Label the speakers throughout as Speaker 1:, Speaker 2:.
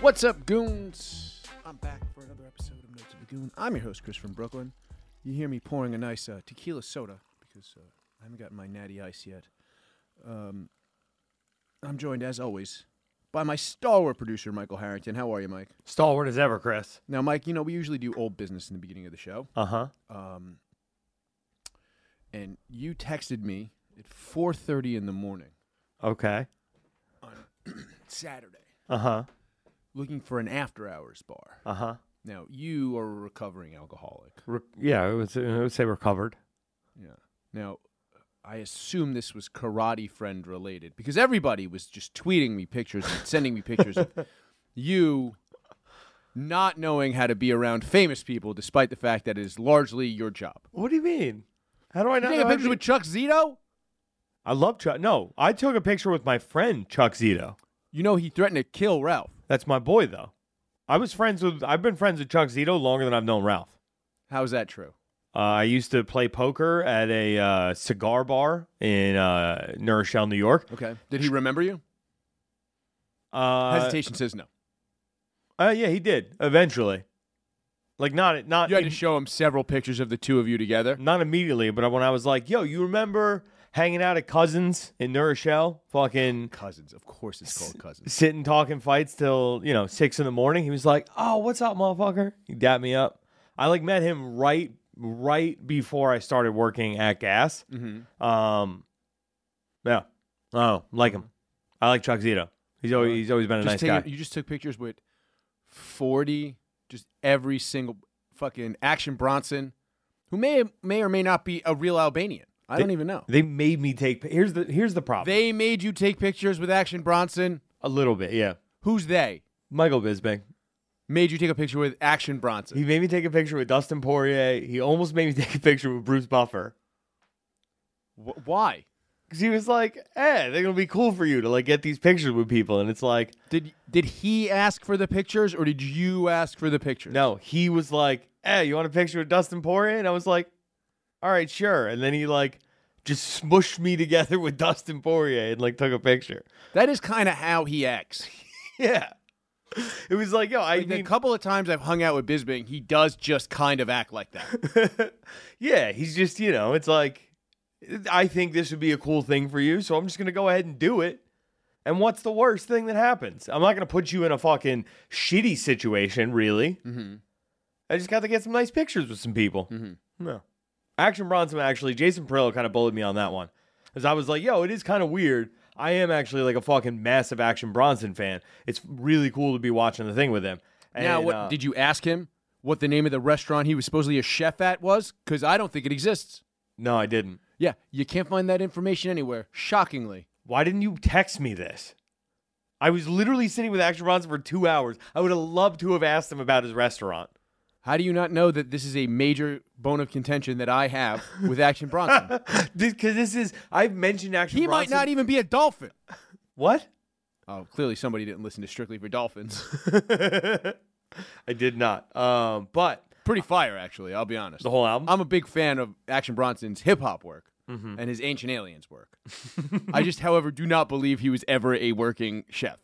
Speaker 1: What's up, goons? I'm back for another episode of Notes of the Goon. I'm your host, Chris from Brooklyn. You hear me pouring a nice uh, tequila soda because uh, I haven't gotten my natty ice yet. Um, I'm joined, as always, by my stalwart producer, Michael Harrington. How are you, Mike?
Speaker 2: Stalwart as ever, Chris.
Speaker 1: Now, Mike, you know, we usually do old business in the beginning of the show.
Speaker 2: Uh huh.
Speaker 1: Um, and you texted me at 4.30 in the morning
Speaker 2: Okay.
Speaker 1: Saturday
Speaker 2: Uh huh.
Speaker 1: looking for an after-hours bar.
Speaker 2: Uh huh.
Speaker 1: Now, you are a recovering alcoholic.
Speaker 2: Re- yeah, it was. I would say recovered.
Speaker 1: Yeah. Now, I assume this was Karate Friend related because everybody was just tweeting me pictures and sending me pictures of you not knowing how to be around famous people despite the fact that it is largely your job.
Speaker 2: What do you mean? How do I
Speaker 1: You
Speaker 2: not?
Speaker 1: taking
Speaker 2: know how to
Speaker 1: pictures
Speaker 2: be-
Speaker 1: with Chuck Zito?
Speaker 2: I love Chuck. No, I took a picture with my friend Chuck Zito.
Speaker 1: You know he threatened to kill Ralph.
Speaker 2: That's my boy, though. I was friends with. I've been friends with Chuck Zito longer than I've known Ralph.
Speaker 1: How's that true?
Speaker 2: Uh, I used to play poker at a uh, cigar bar in uh, New Rochelle, New York.
Speaker 1: Okay. Did he remember you?
Speaker 2: Uh,
Speaker 1: Hesitation says no.
Speaker 2: uh, yeah, he did eventually. Like not not
Speaker 1: You had
Speaker 2: in-
Speaker 1: to show him several pictures of the two of you together.
Speaker 2: Not immediately, but when I was like, yo, you remember hanging out at Cousins in New Rochelle? Fucking
Speaker 1: Cousins. Of course it's called cousins.
Speaker 2: sitting talking fights till, you know, six in the morning. He was like, oh, what's up, motherfucker? He dapped me up. I like met him right right before I started working at Gas.
Speaker 1: Mm-hmm.
Speaker 2: Um, yeah. Oh, like him. I like Chuck Zito. He's always, he's always been a
Speaker 1: just
Speaker 2: nice
Speaker 1: taking,
Speaker 2: guy.
Speaker 1: You just took pictures with 40, just every single fucking Action Bronson, who may may or may not be a real Albanian. I don't even know.
Speaker 2: They made me take. Here's the here's the problem.
Speaker 1: They made you take pictures with Action Bronson.
Speaker 2: a little bit, yeah.
Speaker 1: Who's they?
Speaker 2: Michael Bisping.
Speaker 1: Made you take a picture with Action Bronson.
Speaker 2: He made me take a picture with Dustin Poirier. He almost made me take a picture with Bruce Buffer
Speaker 1: Wh- why?
Speaker 2: because he was like, "Eh, they're gonna be cool for you to like get these pictures with people." And it's like,
Speaker 1: Did did he ask for the pictures or did you ask for the pictures?
Speaker 2: no, he was like, "Eh, you want a picture with Dustin Poirier?" And I was like, "All right, sure." And then he like just smushed me together with Dustin Poirier and like took a picture.
Speaker 1: That is kind of how he acts.
Speaker 2: Yeah, it was like, yo, I
Speaker 1: Like, the
Speaker 2: need.
Speaker 1: couple of times I've hung out with Bisbing, he does just kind of act like that.
Speaker 2: yeah, he's just you know, it's like, I think this would be a cool thing for you, so I'm just gonna go ahead and do it. And what's the worst thing that happens? I'm not gonna put you in a fucking shitty situation, really.
Speaker 1: mm-hmm.
Speaker 2: I just got to get some nice pictures with some people.
Speaker 1: Mhm.
Speaker 2: No, Action Bronson actually, Jason Perillo kind of bullied me on that one, as I was like, yo, it is kind of weird. I am actually like a fucking massive Action Bronson fan. It's really cool to be watching the thing with him. And,
Speaker 1: now, what
Speaker 2: uh,
Speaker 1: did you ask him? What the name of the restaurant he was supposedly a chef at was? Because I don't think it exists.
Speaker 2: no, I didn't.
Speaker 1: Yeah, you can't find that information anywhere. Shockingly,
Speaker 2: Why didn't you text me this? I was literally sitting with Action Bronson for two hours. I would have loved to have asked him about his restaurant.
Speaker 1: how do you not know that this is a major bone of contention that I have with Action Bronson?
Speaker 2: Because this is, I've mentioned Action
Speaker 1: he might
Speaker 2: Bronson.
Speaker 1: not e- even be a dolphin.
Speaker 2: What?
Speaker 1: Oh, clearly somebody didn't listen to Strictly for Dolphins.
Speaker 2: I did not. Um, but
Speaker 1: Pretty fire, actually. I'll be honest.
Speaker 2: the whole album?
Speaker 1: I'm a big fan of Action Bronson's hip hop work
Speaker 2: Mm-hmm.
Speaker 1: and his Ancient Aliens work. I just, however, do not believe he was ever a working chef.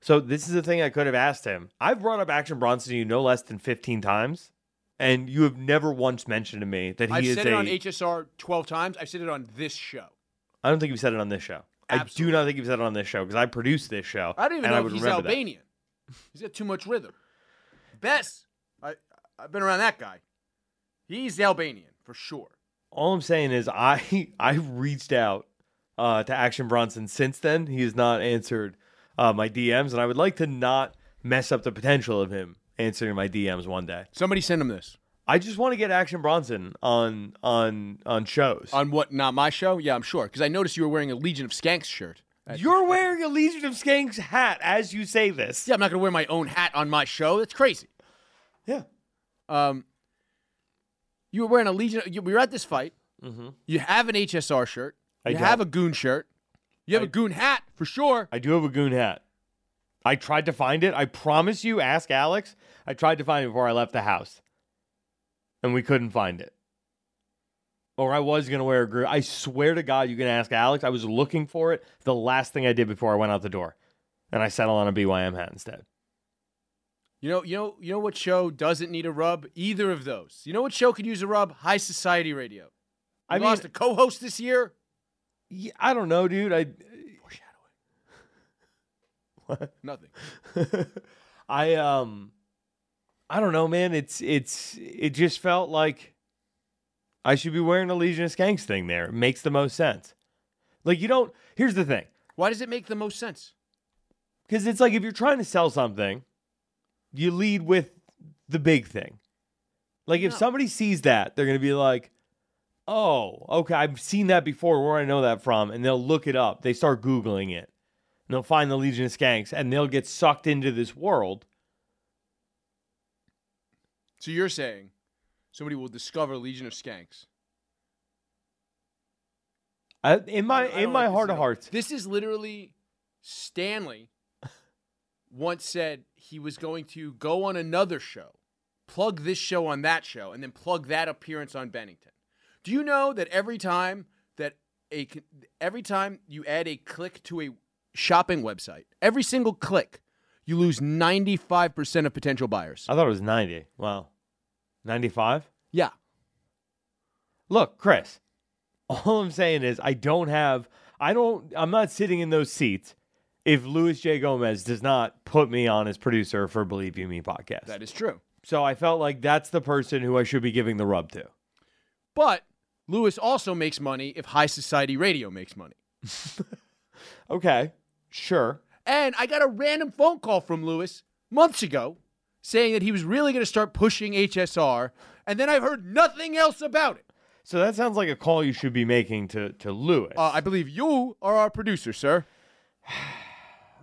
Speaker 2: So this is the thing I could have asked him. I've brought up Action Bronson to you no less than 15 times, and you have never once mentioned to me that he
Speaker 1: I've
Speaker 2: is
Speaker 1: said
Speaker 2: a.
Speaker 1: it on HSR 12 times. I've said it on this show.
Speaker 2: I don't think you've said it on this show. I
Speaker 1: Absolutely.
Speaker 2: do not think you've said it on this show because I produced this show.
Speaker 1: I don't even
Speaker 2: and
Speaker 1: know
Speaker 2: I
Speaker 1: if
Speaker 2: would
Speaker 1: he's
Speaker 2: remember that.
Speaker 1: Albanian. He's got too much rhythm. Bess, I, I've been around that guy. He's Albanian for sure.
Speaker 2: All I'm saying is I I reached out uh, to Action Bronson since then. He has not answered uh, my DMs, and I would like to not mess up the potential of him answering my DMs one day.
Speaker 1: Somebody send him this.
Speaker 2: I just want to get Action Bronson on on on shows.
Speaker 1: On what? Not my show? Yeah, I'm sure. Because I noticed you were wearing a Legion of Skanks shirt.
Speaker 2: You're wearing a Legion of Skanks hat as you say this.
Speaker 1: Yeah, I'm not going to wear my own hat on my show. That's crazy.
Speaker 2: Yeah.
Speaker 1: Um, you were wearing a Legion. You, we were at this fight.
Speaker 2: Mm-hmm.
Speaker 1: You have an HSR shirt.
Speaker 2: I
Speaker 1: you
Speaker 2: don't.
Speaker 1: have a goon shirt. You have a goon hat for sure.
Speaker 2: I do have a goon hat. I tried to find it. I promise you, ask Alex. I tried to find it before I left the house. And we couldn't find it. Or I was going to wear a goon. I swear to God, you can ask Alex. I was looking for it the last thing I did before I went out the door. and I settle on a BYM hat instead.
Speaker 1: You know, you know, you know what show doesn't need a rub? Either of those. You know what show could use a rub? High Society Radio.
Speaker 2: I
Speaker 1: I
Speaker 2: mean-
Speaker 1: lost a co-host this year.
Speaker 2: Yeah, I don't know, dude. I
Speaker 1: Foreshadowing.
Speaker 2: What?
Speaker 1: Nothing.
Speaker 2: I um I don't know, man. It's it's it just felt like I should be wearing a Legion of Skanks thing there. It makes the most sense. Like you don't here's the thing.
Speaker 1: Why does it make the most sense?
Speaker 2: Cause it's like if you're trying to sell something, you lead with the big thing. Like if
Speaker 1: No.
Speaker 2: somebody sees that, they're gonna be like, Oh, okay, I've seen that before, where I know that from, and they'll look it up. They start Googling it. And they'll find the Legion of Skanks and they'll get sucked into this world.
Speaker 1: So you're saying somebody will discover Legion of Skanks.
Speaker 2: I, in my
Speaker 1: I don't
Speaker 2: in my
Speaker 1: like this
Speaker 2: heart
Speaker 1: at
Speaker 2: of
Speaker 1: all.
Speaker 2: hearts,
Speaker 1: This is literally Stanley once said he was going to go on another show, plug this show on that show, and then plug that appearance on Bennington. Do you know that every time that a c- every time you add a click to a shopping website, every single click, you lose 95% of potential buyers.
Speaker 2: I thought it was ninety. Wow, ninety five.
Speaker 1: Yeah.
Speaker 2: Look, Chris. All I'm saying is I don't have. I don't. I'm not sitting in those seats. If Luis J Gomez does not put me on as producer for Believe You Me podcast,
Speaker 1: That is true.
Speaker 2: so I felt like that's the person who I should be giving the rub to.
Speaker 1: But Lewis also makes money if High Society Radio makes money.
Speaker 2: Okay, sure.
Speaker 1: And I got a random phone call from Lewis months ago saying that he was really going to start pushing HSR. And then I've heard nothing else about it.
Speaker 2: So that sounds like a call you should be making to to Lewis.
Speaker 1: Uh, I believe you are our producer, sir.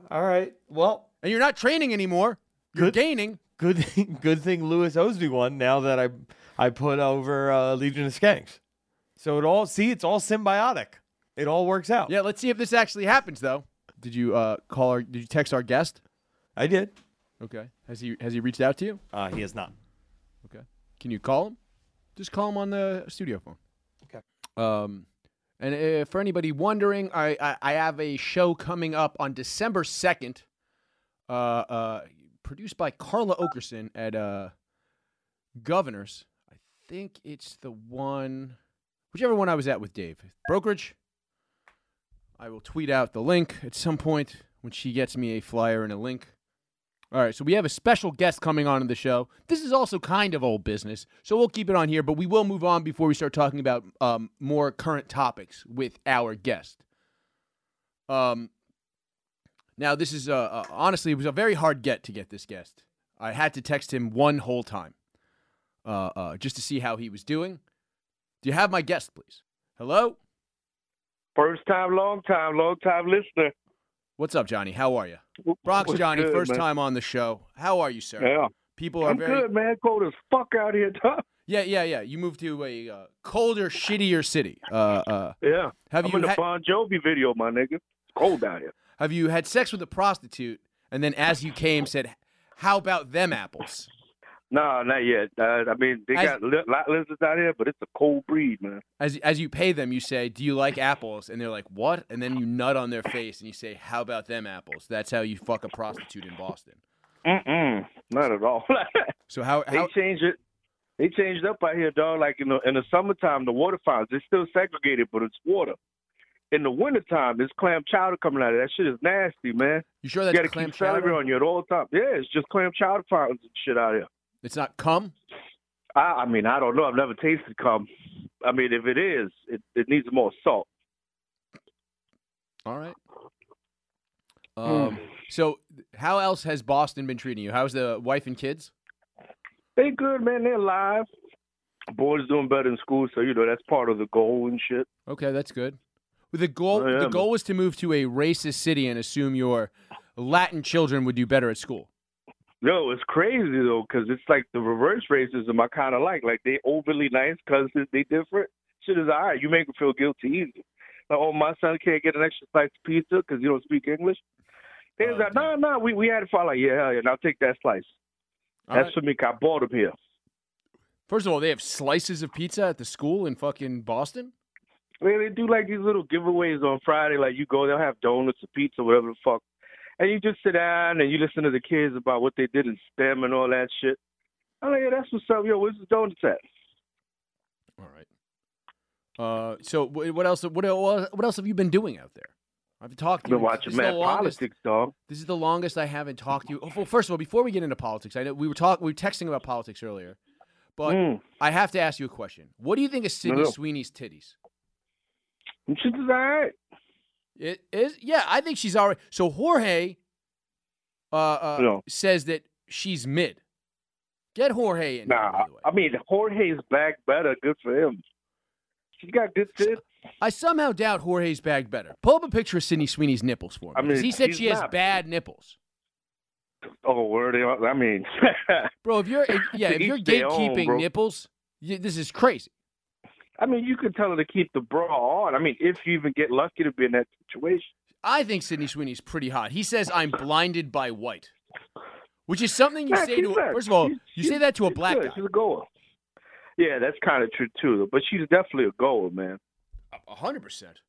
Speaker 2: All right. Well,
Speaker 1: And you're not training anymore, you're
Speaker 2: Good.
Speaker 1: gaining.
Speaker 2: good thing, good thing Lewis owes me one now that I I put over uh, Legion of Skanks. So it all see it's all symbiotic. It all works out.
Speaker 1: Yeah, let's see if this actually happens, though. Did you uh, call our? Did you text our guest?
Speaker 2: I did.
Speaker 1: Okay. Has he has he reached out to you?
Speaker 2: Uh, he is not.
Speaker 1: Okay. Can you call him? Just call him on the studio phone.
Speaker 2: Okay.
Speaker 1: Um, and uh, for anybody wondering, I, I I have a show coming up on December second. Uh, uh, produced by Carla Okerson at uh, Governors. I think it's the one, whichever one I was at with Dave Brokerage. I will tweet out the link at some point when she gets me a flyer and a link. All right, so we have a special guest coming on to the show. This is also kind of old business, so we'll keep it on here, but we will move on before we start talking about um, more current topics with our guest. Um, now, this is uh, uh, honestly, it was a very hard get to get this guest. I had to text him one whole time uh, uh, just to see how he was doing. Do you have my guest, please? Hello?
Speaker 3: First time, long time, long time listener.
Speaker 1: What's up, Johnny? How are you? Bronx
Speaker 3: What's
Speaker 1: Johnny,
Speaker 3: good,
Speaker 1: first
Speaker 3: man?
Speaker 1: time on the show. How are you, sir?
Speaker 3: Yeah,
Speaker 1: People are
Speaker 3: I'm
Speaker 1: very
Speaker 3: good, man. Cold as fuck out here, Tom.
Speaker 1: Yeah, yeah, yeah. You moved to a uh, colder, shittier city. Uh, uh,
Speaker 3: Yeah,
Speaker 1: have
Speaker 3: I'm
Speaker 1: you
Speaker 3: in the
Speaker 1: had,
Speaker 3: Bon Jovi video, my nigga. It's cold out here.
Speaker 1: have you had sex with a prostitute and then, as you came, said, "How about them apples?"
Speaker 3: Nah, not yet. Uh, I mean, they
Speaker 1: As-
Speaker 3: got li- lot lizards out here, but it's a cold breed, man.
Speaker 1: As as you pay them, you say, "Do you like apples?" And they're like, "What?" And then you nut on their face and you say, "How about them apples?" That's how you fuck a prostitute in Boston.
Speaker 3: Mm-mm, not at all.
Speaker 1: So how
Speaker 3: they
Speaker 1: how
Speaker 3: changed it. They changed up out here, dog. Like in the in the summertime, the water fountains it's still segregated, but it's water. In the wintertime, there's clam chowder coming out of it. that shit is nasty, man.
Speaker 1: you sure
Speaker 3: You
Speaker 1: that's
Speaker 3: got to
Speaker 1: clam
Speaker 3: keep celery
Speaker 1: chowder?
Speaker 3: on you at all times. Yeah, it's just clam chowder fountains and shit out here.
Speaker 1: It's not cum.
Speaker 3: I, I mean, I don't know. I've never tasted cum. I mean, if it is, it, it needs more salt.
Speaker 1: All right.
Speaker 3: Hmm.
Speaker 1: Um. So how else has Boston been treating you? How's the wife and kids?
Speaker 3: They good, man. They're alive. Boys doing better in school, so you know that's part of the goal and shit.
Speaker 1: Okay, that's good. Well, The goal
Speaker 3: I
Speaker 1: the
Speaker 3: am.
Speaker 1: goal was to move to a racist city and assume your Latin children would do better at school.
Speaker 3: No, it's crazy though, because it's like the reverse racism. I kind of like, like they overly nice because they different. Shit is all right. You make them feel guilty easy. Like, oh, my son can't get an extra slice of pizza because you don't speak English. They was
Speaker 1: Oh,
Speaker 3: like, no, no, we we had it for like, yeah, hell yeah, now take that slice.
Speaker 1: All
Speaker 3: that's
Speaker 1: right.
Speaker 3: for me. 'cause I bought them here.
Speaker 1: First of all, they have slices of pizza at the school in fucking Boston.
Speaker 3: Man, they do like these little giveaways on Friday. Like you go, they'll have donuts or pizza, whatever the fuck. and you just sit down and you listen to the kids about what they did in STEM and all that shit. I'm like, yeah, that's what's up. Yo, where's the donuts at?
Speaker 1: All right. Uh, so wh- what else? What el- what else have you been doing out there? I've talked to
Speaker 3: I've
Speaker 1: you.
Speaker 3: been watching
Speaker 1: This is the
Speaker 3: Mad
Speaker 1: longest-
Speaker 3: Politics, dog.
Speaker 1: This is the longest I haven't talked to you. Oh, well, first of all, before we get into politics, I know we were talking, we were texting about politics earlier, but
Speaker 3: Mm.
Speaker 1: I have to ask you a question. What do you think of Sydney
Speaker 3: no.
Speaker 1: Sweeney's titties?
Speaker 3: She's all right.
Speaker 1: It is, yeah, I think she's all right. So Jorge uh, uh,
Speaker 3: No.
Speaker 1: says that she's mid. Get Jorge in. here,
Speaker 3: Nah,
Speaker 1: by the way.
Speaker 3: I mean Jorge's back better. Good for him. She got good tits.
Speaker 1: I somehow doubt Jorge's bag better. Pull up a picture of Sydney Sweeney's nipples for me.
Speaker 3: I mean,
Speaker 1: 'cause he said
Speaker 3: she's
Speaker 1: she has
Speaker 3: not-
Speaker 1: bad nipples.
Speaker 3: Oh, where they are. I mean,
Speaker 1: Bro, if you're if- yeah,
Speaker 3: To
Speaker 1: if you're
Speaker 3: each their own,
Speaker 1: gatekeeping
Speaker 3: bro.
Speaker 1: nipples, you, this is crazy.
Speaker 3: I mean, you could tell her to keep the bra on. I mean, if you even get lucky to be in that situation.
Speaker 1: I think Sydney Sweeney's pretty hot. He says I'm blinded by white, which is something you
Speaker 3: Nah,
Speaker 1: say
Speaker 3: she's
Speaker 1: to
Speaker 3: not.
Speaker 1: first of all
Speaker 3: She's-
Speaker 1: you
Speaker 3: she's-
Speaker 1: say that to a
Speaker 3: she's
Speaker 1: black
Speaker 3: good.
Speaker 1: guy.
Speaker 3: She's a goer. Yeah, that's kind of true too. But she's definitely a goer, man.
Speaker 1: A hundred percent.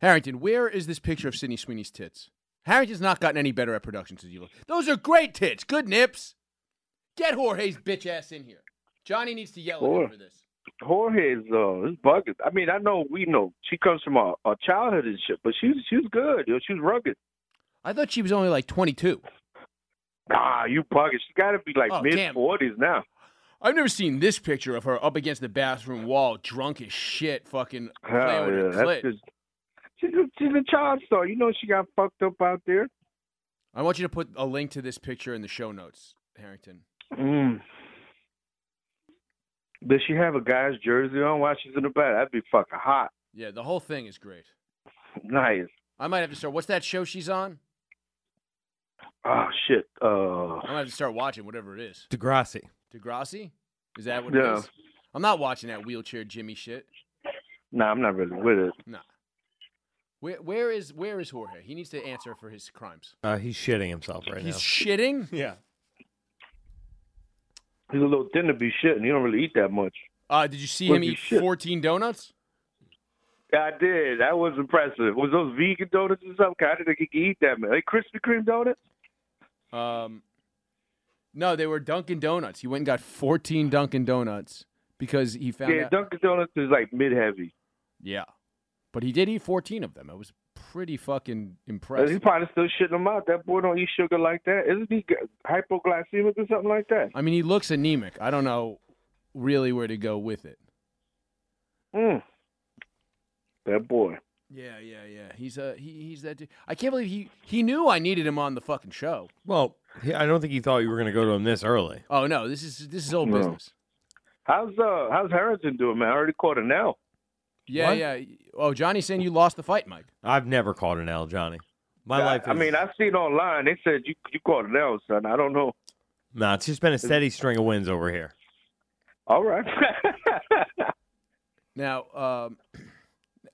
Speaker 1: Harrington, where is this picture of Sydney Sweeney's tits? Harrington's not gotten any better at production since you look. Those are great tits, good nips. Get Jorge's bitch ass in here. Johnny needs to yell at
Speaker 3: Sure.
Speaker 1: him for this.
Speaker 3: Jorge's uh, is bugging. I mean, I know we know she comes from our, our childhood and shit, but she's she's good. Yo, she's rugged.
Speaker 1: I thought she was only like 22.
Speaker 3: Nah, you bugging. She got to be like
Speaker 1: Oh, damn.
Speaker 3: mid forties now.
Speaker 1: I've never seen this picture of her up against the bathroom wall, drunk as shit, fucking playing
Speaker 3: Hell
Speaker 1: with
Speaker 3: yeah,
Speaker 1: her
Speaker 3: that's
Speaker 1: clit.
Speaker 3: just. She's a, she's a child star. You know she got fucked up out there.
Speaker 1: I want you to put a link to this picture in the show notes, Harrington.
Speaker 3: Mm. Does she have a guy's jersey on while she's in the bed? That'd be fucking hot.
Speaker 1: Yeah, the whole thing is great.
Speaker 3: Nice.
Speaker 1: I might have to start. What's that show she's on?
Speaker 3: Oh shit. Uh,
Speaker 1: I might have to start watching whatever it is.
Speaker 4: Degrassi.
Speaker 1: Degrassi? Is that what it
Speaker 3: Yeah.
Speaker 1: is? I'm not watching that wheelchair Jimmy shit.
Speaker 3: nah, I'm not really with it.
Speaker 1: Nah. Where where is where is Jorge? He needs to answer for his crimes.
Speaker 4: Uh, he's shitting himself right
Speaker 1: He's
Speaker 4: now.
Speaker 1: shitting.
Speaker 4: yeah.
Speaker 3: He's a little thin to be shit, and he don't really eat that much.
Speaker 1: Uh, did you see
Speaker 3: Well,
Speaker 1: him
Speaker 3: he
Speaker 1: eat
Speaker 3: shit.
Speaker 1: 14 donuts?
Speaker 3: Yeah, I did. That was impressive. Was those vegan donuts or something? 'Cause I didn't think he could eat that man. Like Krispy Kreme donuts?
Speaker 1: Um, no, they were Dunkin' Donuts. He went and got 14 Dunkin' Donuts because he found
Speaker 3: yeah,
Speaker 1: out.
Speaker 3: Dunkin' Donuts is like mid heavy.
Speaker 1: yeah, but he did eat 14 of them. I was pretty fucking
Speaker 3: He's
Speaker 1: impressed.
Speaker 3: probably still shitting them out. That boy don't eat sugar like that. Isn't he g- hypoglycemic or something like that?
Speaker 1: I mean, he looks anemic. I don't know really where to go with it.
Speaker 3: Mm. That boy.
Speaker 1: Yeah, yeah, yeah. He's a he, he's that dude. I can't believe he he knew I needed him on the fucking show.
Speaker 4: Well, he, I don't think he thought you were going to go to him this early.
Speaker 1: Oh no, this is this is old
Speaker 3: No.
Speaker 1: business.
Speaker 3: How's uh how's Harrington doing, man? I already caught him now.
Speaker 1: Yeah,
Speaker 4: What?
Speaker 1: yeah. Oh, Johnny's saying you lost the fight, Mike.
Speaker 4: I've never called an L, Johnny. My
Speaker 3: I,
Speaker 4: life. Is,
Speaker 3: I mean, I've seen online. They said you you caught him now, son. I don't know.
Speaker 4: nah, it's just been a steady string of wins over here.
Speaker 3: All right.
Speaker 1: Now, um,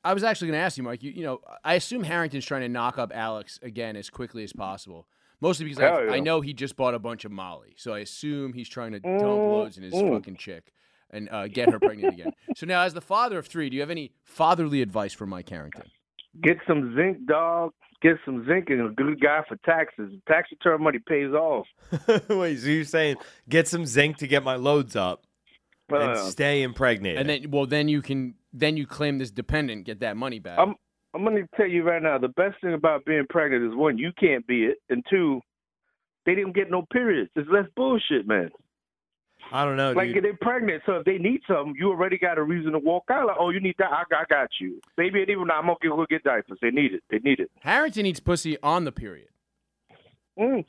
Speaker 1: I was actually going to ask you, Mike. You, you know, I assume Harrington's trying to knock up Alex again as quickly as possible, mostly because I,
Speaker 3: Hell yeah.
Speaker 1: I know he just bought a bunch of Molly, so I assume he's trying to dump
Speaker 3: Mm,
Speaker 1: loads in his
Speaker 3: mm.
Speaker 1: fucking chick and uh, get her pregnant again. So now, as the father of three, do you have any fatherly advice for Mike Harrington?
Speaker 3: Get some zinc, dog. Get some zinc and a good guy for taxes. Tax return money pays off.
Speaker 4: Wait, so you're saying get some zinc to get my loads up and
Speaker 3: Uh,
Speaker 4: stay impregnated?
Speaker 1: And then, well, then you can then you claim this dependent, get that money back.
Speaker 3: I'm I'm gonna tell you right now. The best thing about being pregnant is one, you can't be it, and two, they didn't get no periods. It's less bullshit, man.
Speaker 4: I don't
Speaker 1: Oh,
Speaker 4: know,
Speaker 3: Like
Speaker 4: dude.
Speaker 3: they're pregnant, so if they need something, you already got a reason to walk out. Like, oh, you need that? I, I got you. Baby, and even now, I'm gonna go get diapers. They need it. They need it.
Speaker 1: Harrington eats pussy on the period.
Speaker 3: Mm.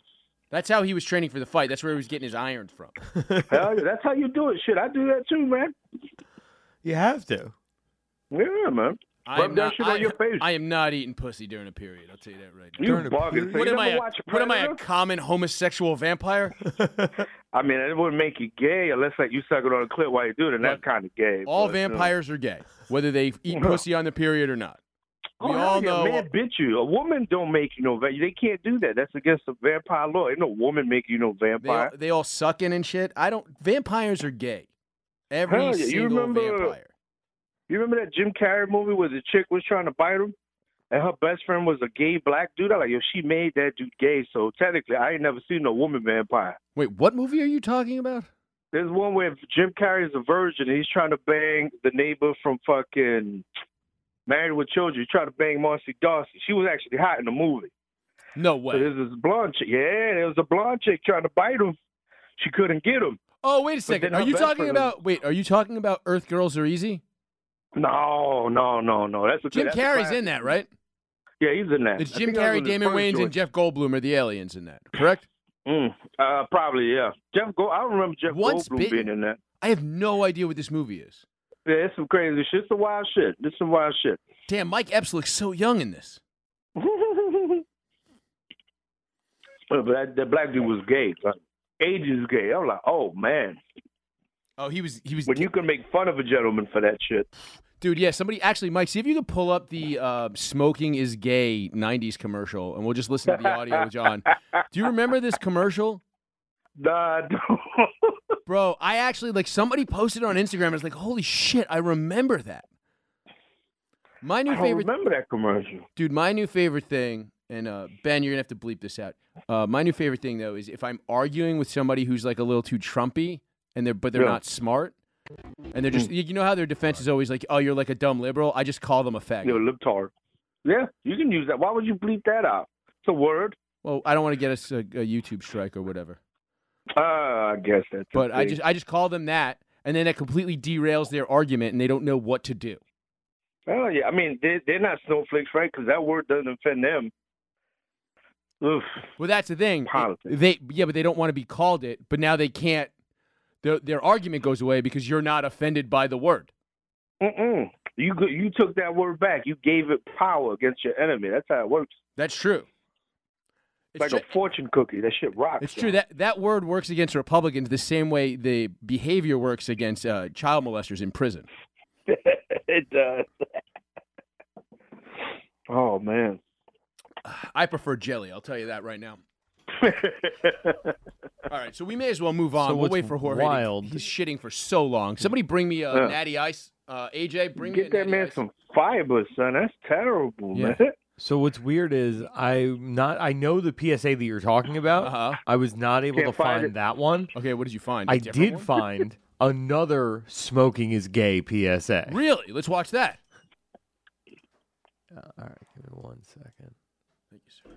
Speaker 1: That's how he was training for the fight. That's where he was getting his iron from.
Speaker 3: Hell yeah, that's how you do it. Shit, I do that too, man.
Speaker 4: you have to.
Speaker 3: Yeah, man.
Speaker 1: I am,
Speaker 3: Rub that
Speaker 1: not,
Speaker 3: shit
Speaker 1: I,
Speaker 3: on your face.
Speaker 1: I am not eating pussy during a period. I'll tell you that right now.
Speaker 3: You
Speaker 4: During a
Speaker 3: bugging.
Speaker 4: period.
Speaker 3: So
Speaker 1: what
Speaker 3: you
Speaker 1: am I?
Speaker 3: never
Speaker 1: A,
Speaker 3: watch
Speaker 1: what am I? A
Speaker 3: Predator?
Speaker 1: common homosexual vampire?
Speaker 3: I mean, it wouldn't make you gay unless like you suck it on a clip while you do it, and that's kind of gay.
Speaker 1: All
Speaker 3: but, you know.
Speaker 1: vampires are gay, whether they eat pussy on the period or not.
Speaker 3: Oh,
Speaker 1: we
Speaker 3: hell
Speaker 1: all
Speaker 3: yeah,
Speaker 1: know-
Speaker 3: man bit you. A woman don't make you no vampire. They can't do that. That's against the vampire law. Ain't no woman make you no
Speaker 1: They all,
Speaker 3: vampire.
Speaker 1: they all suck in and shit. I don't. Vampires are gay. Every
Speaker 3: Hell yeah, you
Speaker 1: single
Speaker 3: remember-
Speaker 1: vampire.
Speaker 3: You remember that Jim Carrey movie where the chick was trying to bite him? and her best friend was a gay black dude. I'm like, yo, she made that dude gay. So technically, I ain't never seen no woman vampire.
Speaker 1: Wait, what movie are you talking about?
Speaker 3: There's one where Jim Carrey's a virgin and he's trying to bang the neighbor from fucking Married with Children. He's trying to bang Marcy Darcy. She was actually hot in the movie.
Speaker 1: No
Speaker 3: So
Speaker 1: way.
Speaker 3: there's this blonde chick. Yeah, there was a blonde chick trying to bite him. She couldn't get him.
Speaker 1: Oh, wait a second.
Speaker 3: then
Speaker 1: Are
Speaker 3: her
Speaker 1: you
Speaker 3: best
Speaker 1: talking
Speaker 3: friend-
Speaker 1: about? Wait, are you talking about Earth Girls Are Easy?
Speaker 3: No, no, no, no. That's a
Speaker 1: Jim
Speaker 3: that's a
Speaker 1: Carrey's
Speaker 3: classic.
Speaker 1: in that, right?
Speaker 3: Yeah, he's in that.
Speaker 1: It's
Speaker 3: I
Speaker 1: Jim
Speaker 3: think that was
Speaker 1: Carrey,
Speaker 3: his
Speaker 1: Damon
Speaker 3: first
Speaker 1: Wayans,
Speaker 3: joint.
Speaker 1: and Jeff Goldblum are the aliens in that, correct?
Speaker 3: Mm, uh, probably, yeah. Jeff Go. I remember Jeff
Speaker 1: Once
Speaker 3: Goldblum
Speaker 1: bitten.
Speaker 3: being in that.
Speaker 1: I have no idea what this movie is.
Speaker 3: Yeah, it's some crazy shit. Some wild shit. It's some wild shit.
Speaker 1: Damn, Mike Epps looks so young in this.
Speaker 3: but that, that black dude was gay. Like, age is gay. I'm like, oh man.
Speaker 1: Oh, he was he was
Speaker 3: When you can make fun of a gentleman for that shit.
Speaker 1: dude. Yeah, somebody actually, Mike, see if you can pull up the uh, "Smoking is Gay" '90s commercial, and we'll just listen to the audio, John. Do you remember this commercial?
Speaker 3: Nah, I don't.
Speaker 1: Bro, I actually like somebody posted on Instagram. I was like, "Holy shit, I remember that." My new
Speaker 3: I don't
Speaker 1: favorite,
Speaker 3: remember that commercial.
Speaker 1: dude. My new favorite thing, and uh, Ben, you're gonna have to bleep this out. Uh, my new favorite thing though is if I'm arguing with somebody who's like a little too Trumpy, and they're but they're
Speaker 3: Yeah. Hmm.
Speaker 1: not smart, and they're just you you know how their defense is always like, "Oh, you're like a dumb liberal." I just call them a fag.
Speaker 3: Yo, libtard. Yeah, you can use that. Why would you bleep that out? It's a word.
Speaker 1: Well, I don't want to get us a, a YouTube strike or whatever,
Speaker 3: Uh, I guess that's. a
Speaker 1: but I
Speaker 3: thing.
Speaker 1: just I just call them that, and then that completely derails their argument, and they don't know what to do.
Speaker 3: Oh yeah, I mean they they're not snowflakes, right? Because that word doesn't offend them. Oof.
Speaker 1: Well, that's the thing. It-
Speaker 3: Politics.
Speaker 1: They yeah, but they don't want to be called it. But now they can't. Their their argument goes away because you're not offended by the word.
Speaker 3: Mm-mm. You go- you took that word back. You gave it power against your enemy. That's how it works.
Speaker 1: That's true.
Speaker 3: It's like
Speaker 1: It's, tru-
Speaker 3: a fortune cookie. That shit rocks.
Speaker 1: it's
Speaker 3: yo.
Speaker 1: true that that word works against Republicans the same way the behavior works against uh, child molesters in prison.
Speaker 3: it does. oh man.
Speaker 1: I prefer jelly. I'll tell you that right now. All right, so we may as well move on.
Speaker 4: So
Speaker 1: we'll
Speaker 4: what's
Speaker 1: wait for Jorge. to-
Speaker 4: wild-
Speaker 1: He's shitting for so long. Somebody bring me a
Speaker 3: Yeah.
Speaker 1: natty ice. Uh, AJ, bring me a
Speaker 3: Get that
Speaker 1: natty
Speaker 3: man
Speaker 1: ice.
Speaker 3: some fiber, son. That's terrible,
Speaker 1: Yeah.
Speaker 3: man.
Speaker 4: So what's weird is I'm not. I know the PSA that you're talking about.
Speaker 1: Uh-huh.
Speaker 4: I was not able
Speaker 3: Can't
Speaker 4: to
Speaker 3: find
Speaker 4: find
Speaker 3: it.
Speaker 4: that one.
Speaker 1: Okay, what did you find? I
Speaker 4: I did find another smoking is gay PSA.
Speaker 1: Really? Let's watch that.
Speaker 4: Uh, all right, give me one second.
Speaker 1: Thank you, sir.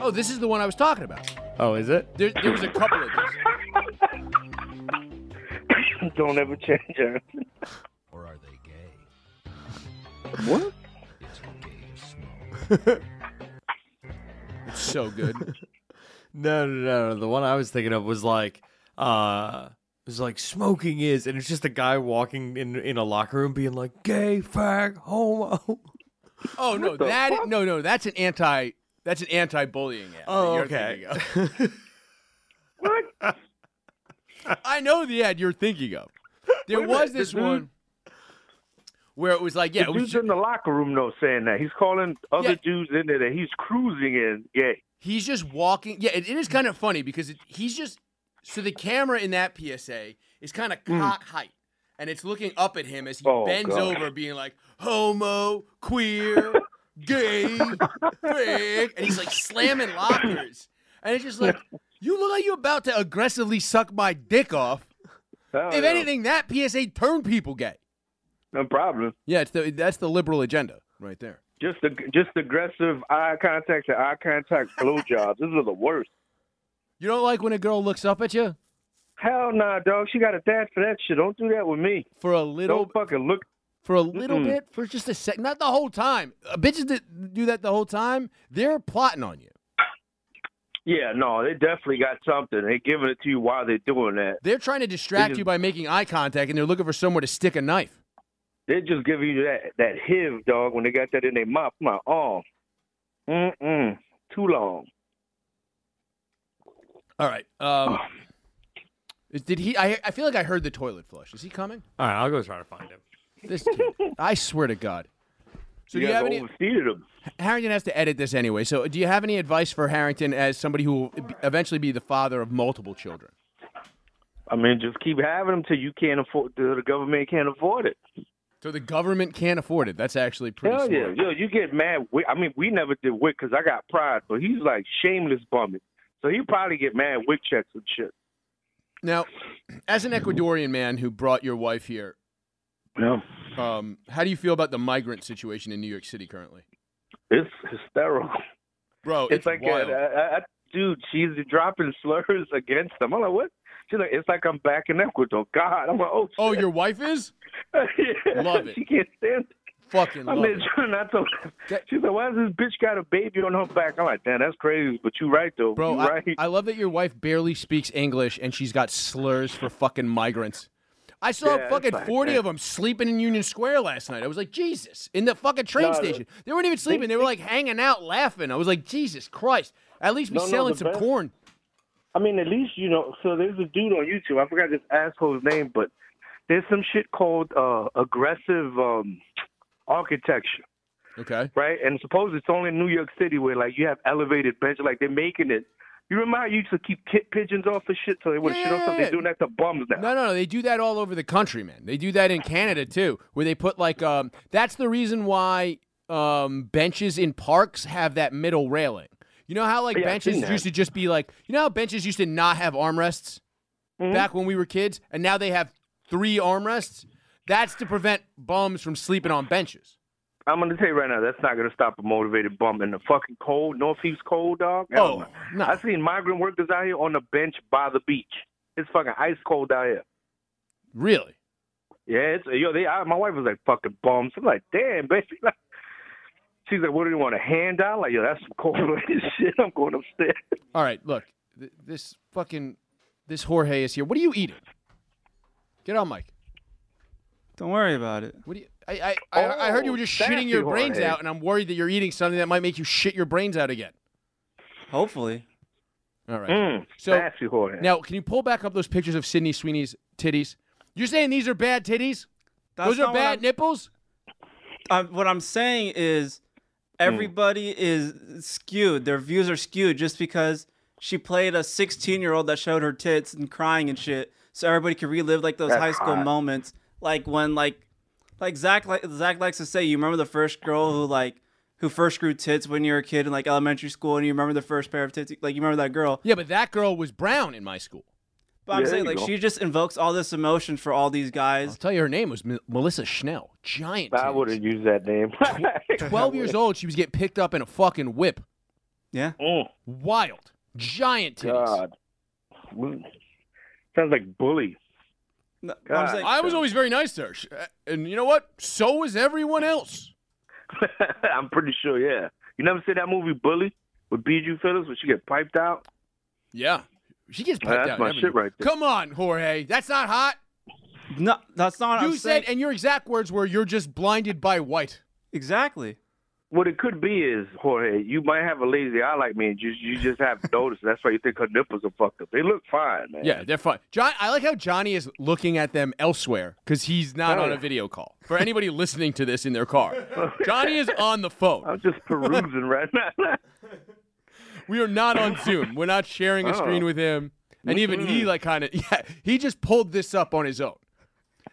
Speaker 1: Oh, this is the one I was talking about.
Speaker 4: Oh, is it?
Speaker 1: There, there was a couple of these.
Speaker 3: Don't ever change it.
Speaker 5: Or are they gay?
Speaker 3: What?
Speaker 5: It's okay to smoke.
Speaker 1: It's so good.
Speaker 4: No, no, no, no. The one I was thinking of was like, uh, it was like smoking is, and it's just a guy walking in in a locker room being like, gay, fag, homo.
Speaker 1: Oh no,
Speaker 3: the
Speaker 1: that
Speaker 3: fuck?
Speaker 1: no no, that's an anti that's an anti-bullying ad. that
Speaker 4: Oh,
Speaker 1: you're
Speaker 4: okay.
Speaker 1: thinking of.
Speaker 3: What?
Speaker 1: I know the ad you're thinking of. There
Speaker 3: Wait a
Speaker 1: was
Speaker 3: minute,
Speaker 1: this
Speaker 3: the dude-
Speaker 1: one where it was like, yeah,
Speaker 3: The
Speaker 1: it was
Speaker 3: dude's in the locker room though saying that. He's calling other
Speaker 1: Yeah.
Speaker 3: dudes in there that he's cruising in. Yeah.
Speaker 1: He's just walking. Yeah, it, it is kind of funny because it, he's just. So the camera in that PSA is kind of cock height, and it's looking up at him as he
Speaker 3: Hmm. Oh,
Speaker 1: bends
Speaker 3: God.
Speaker 1: over, being like homo, queer, gay, fag, and he's like slamming lockers, and it's just like you look like you're about to aggressively suck my dick off.
Speaker 3: I don't
Speaker 1: If
Speaker 3: know.
Speaker 1: anything, that PSA turned people gay.
Speaker 3: no problem.
Speaker 1: Yeah, it's the, that's the liberal agenda right there.
Speaker 3: Just ag- just aggressive eye contact to eye contact blowjobs. This is the worst.
Speaker 1: You don't like when a girl looks up at you
Speaker 3: Hell nah, dog. She got a dad for that shit. Don't do that with me.
Speaker 1: for a little
Speaker 3: Don't fucking look.
Speaker 1: for a little
Speaker 3: Mm-mm.
Speaker 1: bit, for just a sec, not the whole time. Uh, bitches that do that the whole time, they're plotting on you.
Speaker 3: Yeah, no, they definitely got something. They giving it to you while they're doing that.
Speaker 1: They're trying to distract
Speaker 3: just-
Speaker 1: you by making eye contact, and they're looking for somewhere to stick a knife.
Speaker 3: They're just giving you that that hiv, dog. When they got that in their mouth, my arm. Mm mm. Too long.
Speaker 1: All right.
Speaker 3: Oh.
Speaker 1: Um, is- did he? I, I feel like I heard the toilet flush. Is he coming?
Speaker 4: All right, I'll go try to find him.
Speaker 1: This kid. I swear to God. So do
Speaker 3: you
Speaker 1: you
Speaker 3: guys
Speaker 1: have any?
Speaker 3: overfeeded them.
Speaker 1: Harrington has to edit this anyway. So do you have any advice for Harrington as somebody who will eventually be the father of multiple children?
Speaker 3: I mean, just keep having them till you can't afford. Till the government can't afford it.
Speaker 1: So the government can't afford it. That's actually pretty.
Speaker 3: Hell yeah,
Speaker 1: smart.
Speaker 3: yo, you get mad. Wick. I mean, we never did Wick because I got pride, but he's like shameless bumming. So he probably get mad Wick checks and shit.
Speaker 1: Now, as an Ecuadorian man who brought your wife here,
Speaker 3: Yeah,
Speaker 1: um, how do you feel about the migrant situation in New York City currently,
Speaker 3: it's hysterical.
Speaker 1: bro?
Speaker 3: It's, like, a,
Speaker 1: wild.
Speaker 3: a, a, dude, she's dropping slurs against them. I'm like, what? She's like, it's like I'm back in Ecuador. God, I'm like, oh,
Speaker 1: oh,
Speaker 3: shit.
Speaker 1: your wife is
Speaker 3: yeah.
Speaker 1: Oh, Love it.
Speaker 3: She can't stand. it.
Speaker 1: fucking.
Speaker 3: I'm
Speaker 1: Love
Speaker 3: there
Speaker 1: it.
Speaker 3: trying not to. laugh.
Speaker 1: That-
Speaker 3: She's like, why does this bitch got a baby on her back? I'm like, damn, that's crazy. But you right though.
Speaker 1: Bro,
Speaker 3: you
Speaker 1: I,
Speaker 3: right.
Speaker 1: I love that your wife barely speaks English and she's got slurs for fucking migrants. I saw
Speaker 3: Yeah, it's
Speaker 1: fucking
Speaker 3: like
Speaker 1: 40
Speaker 3: that.
Speaker 1: of them sleeping in Union Square last night. I was like, Jesus, in the fucking train
Speaker 3: No, no.
Speaker 1: station. They weren't even sleeping. They were like hanging out laughing. I was like, Jesus Christ. At least be
Speaker 3: No, no,
Speaker 1: selling
Speaker 3: the
Speaker 1: some
Speaker 3: best-
Speaker 1: corn.
Speaker 3: I mean, at least you know. So there's a dude on YouTube. I forgot this asshole's name, but there's some shit called uh, aggressive um, architecture,
Speaker 1: Okay.
Speaker 3: right? And suppose it's only in New York City where like you have elevated benches, like they're making it. You remember how you used to keep kit pigeons off the shit so they wouldn't shit on
Speaker 1: Yeah.
Speaker 3: something? They're doing that to bums now.
Speaker 1: No, no, no. They do that all over the country, man. They do that in Canada too, where they put like um. That's the reason why um benches in parks have that middle railing. You know how like
Speaker 3: Yeah, I've
Speaker 1: benches
Speaker 3: seen that.
Speaker 1: used to just be like, you know how benches used to not have armrests
Speaker 3: Mm-hmm.
Speaker 1: back when we were kids, and now they have three armrests. That's to prevent bums from sleeping on benches.
Speaker 3: I'm gonna tell you right now, that's not gonna stop a motivated bum in the fucking cold, northeast cold, dog.
Speaker 1: Oh,
Speaker 3: Hell
Speaker 1: no.
Speaker 3: I seen migrant workers out here on the bench by the beach. It's fucking ice cold out here.
Speaker 1: Really?
Speaker 3: Yeah, it's yo. They, I, my wife was like fucking bums. I'm like, damn, baby. Like, she's like, what do you want a handout? Like, yo, that's some cold shit. I'm going upstairs.
Speaker 1: All right. Look, th- this fucking this Jorge is here. What are you eating? Get on, Mike.
Speaker 6: Don't worry about it.
Speaker 1: What do you? I I, I, I heard you
Speaker 3: Oh,
Speaker 1: were just
Speaker 3: that's
Speaker 1: shitting your
Speaker 3: your
Speaker 1: brains
Speaker 3: head.
Speaker 1: out, and I'm worried that you're eating something that might make you shit your brains out again.
Speaker 6: Hopefully.
Speaker 1: All right.
Speaker 3: Mm,
Speaker 1: Hmm. So-
Speaker 3: nasty whore.
Speaker 1: Now, can you pull back up those pictures of Sydney Sweeney's titties? You're saying these are bad titties?
Speaker 6: That's
Speaker 1: those are
Speaker 6: not what
Speaker 1: bad
Speaker 6: I'm-
Speaker 1: nipples?
Speaker 6: I'm, what I'm saying is
Speaker 3: Hmm.
Speaker 6: everybody is skewed. Their views are skewed just because she played a 16 year old that showed her tits and crying and shit. So everybody can relive like those
Speaker 3: That's
Speaker 6: high school
Speaker 3: hot.
Speaker 6: moments, like when like like Zach like Zach likes to say, you remember the first girl who like who first grew tits when you were a kid in like elementary school, and you remember the first pair of tits, like you remember that girl.
Speaker 1: Yeah, but that girl was brown in my school.
Speaker 6: But I'm
Speaker 3: Yeah, there
Speaker 6: saying
Speaker 3: you
Speaker 6: like
Speaker 3: go.
Speaker 6: she just invokes all this emotion for all these
Speaker 1: I'll
Speaker 6: guys.
Speaker 1: tell you, her name was M- Melissa Schnell. Giant.
Speaker 3: I would have
Speaker 1: Titties.
Speaker 3: used that name.
Speaker 1: Twelve years old, she was getting picked up in a fucking whip.
Speaker 6: Yeah,
Speaker 3: Mm,
Speaker 1: Wild. Giant titties.
Speaker 3: God. Sounds like bully.
Speaker 6: No, but I'm
Speaker 3: God.
Speaker 6: saying-
Speaker 1: I was always very nice to her, Sh- uh, and you know what? So was everyone else.
Speaker 3: I'm pretty sure, yeah. You never seen that movie Bully with Bijou Phillips when she get piped out?
Speaker 1: Yeah. She gets
Speaker 3: Yeah,
Speaker 1: piped
Speaker 3: that's
Speaker 1: out.
Speaker 3: my
Speaker 1: every
Speaker 3: shit
Speaker 1: year.
Speaker 3: right there.
Speaker 1: Come on, Jorge. That's not hot.
Speaker 6: no, that's not. what
Speaker 1: you
Speaker 6: I'm
Speaker 1: said,
Speaker 6: saying.
Speaker 1: and your exact words were, "You're just blinded by white."
Speaker 6: exactly.
Speaker 3: What it could be is, Jorge, you might have a lazy eye like me and you, you just haven't noticed. That's why you think her nipples are fucked up. They look fine, man.
Speaker 1: Yeah, they're fine. John, I like how Johnny is looking at them elsewhere because he's not
Speaker 3: Oh,
Speaker 1: on a
Speaker 3: yeah. Oh,
Speaker 1: video call. For anybody listening to this in their car, Johnny is on the phone.
Speaker 3: I'm just perusing right now.
Speaker 1: We are not on Zoom. We're not sharing a screen
Speaker 3: Oh.
Speaker 1: with him. And even he, like, kind of, yeah, he just pulled this up on his own.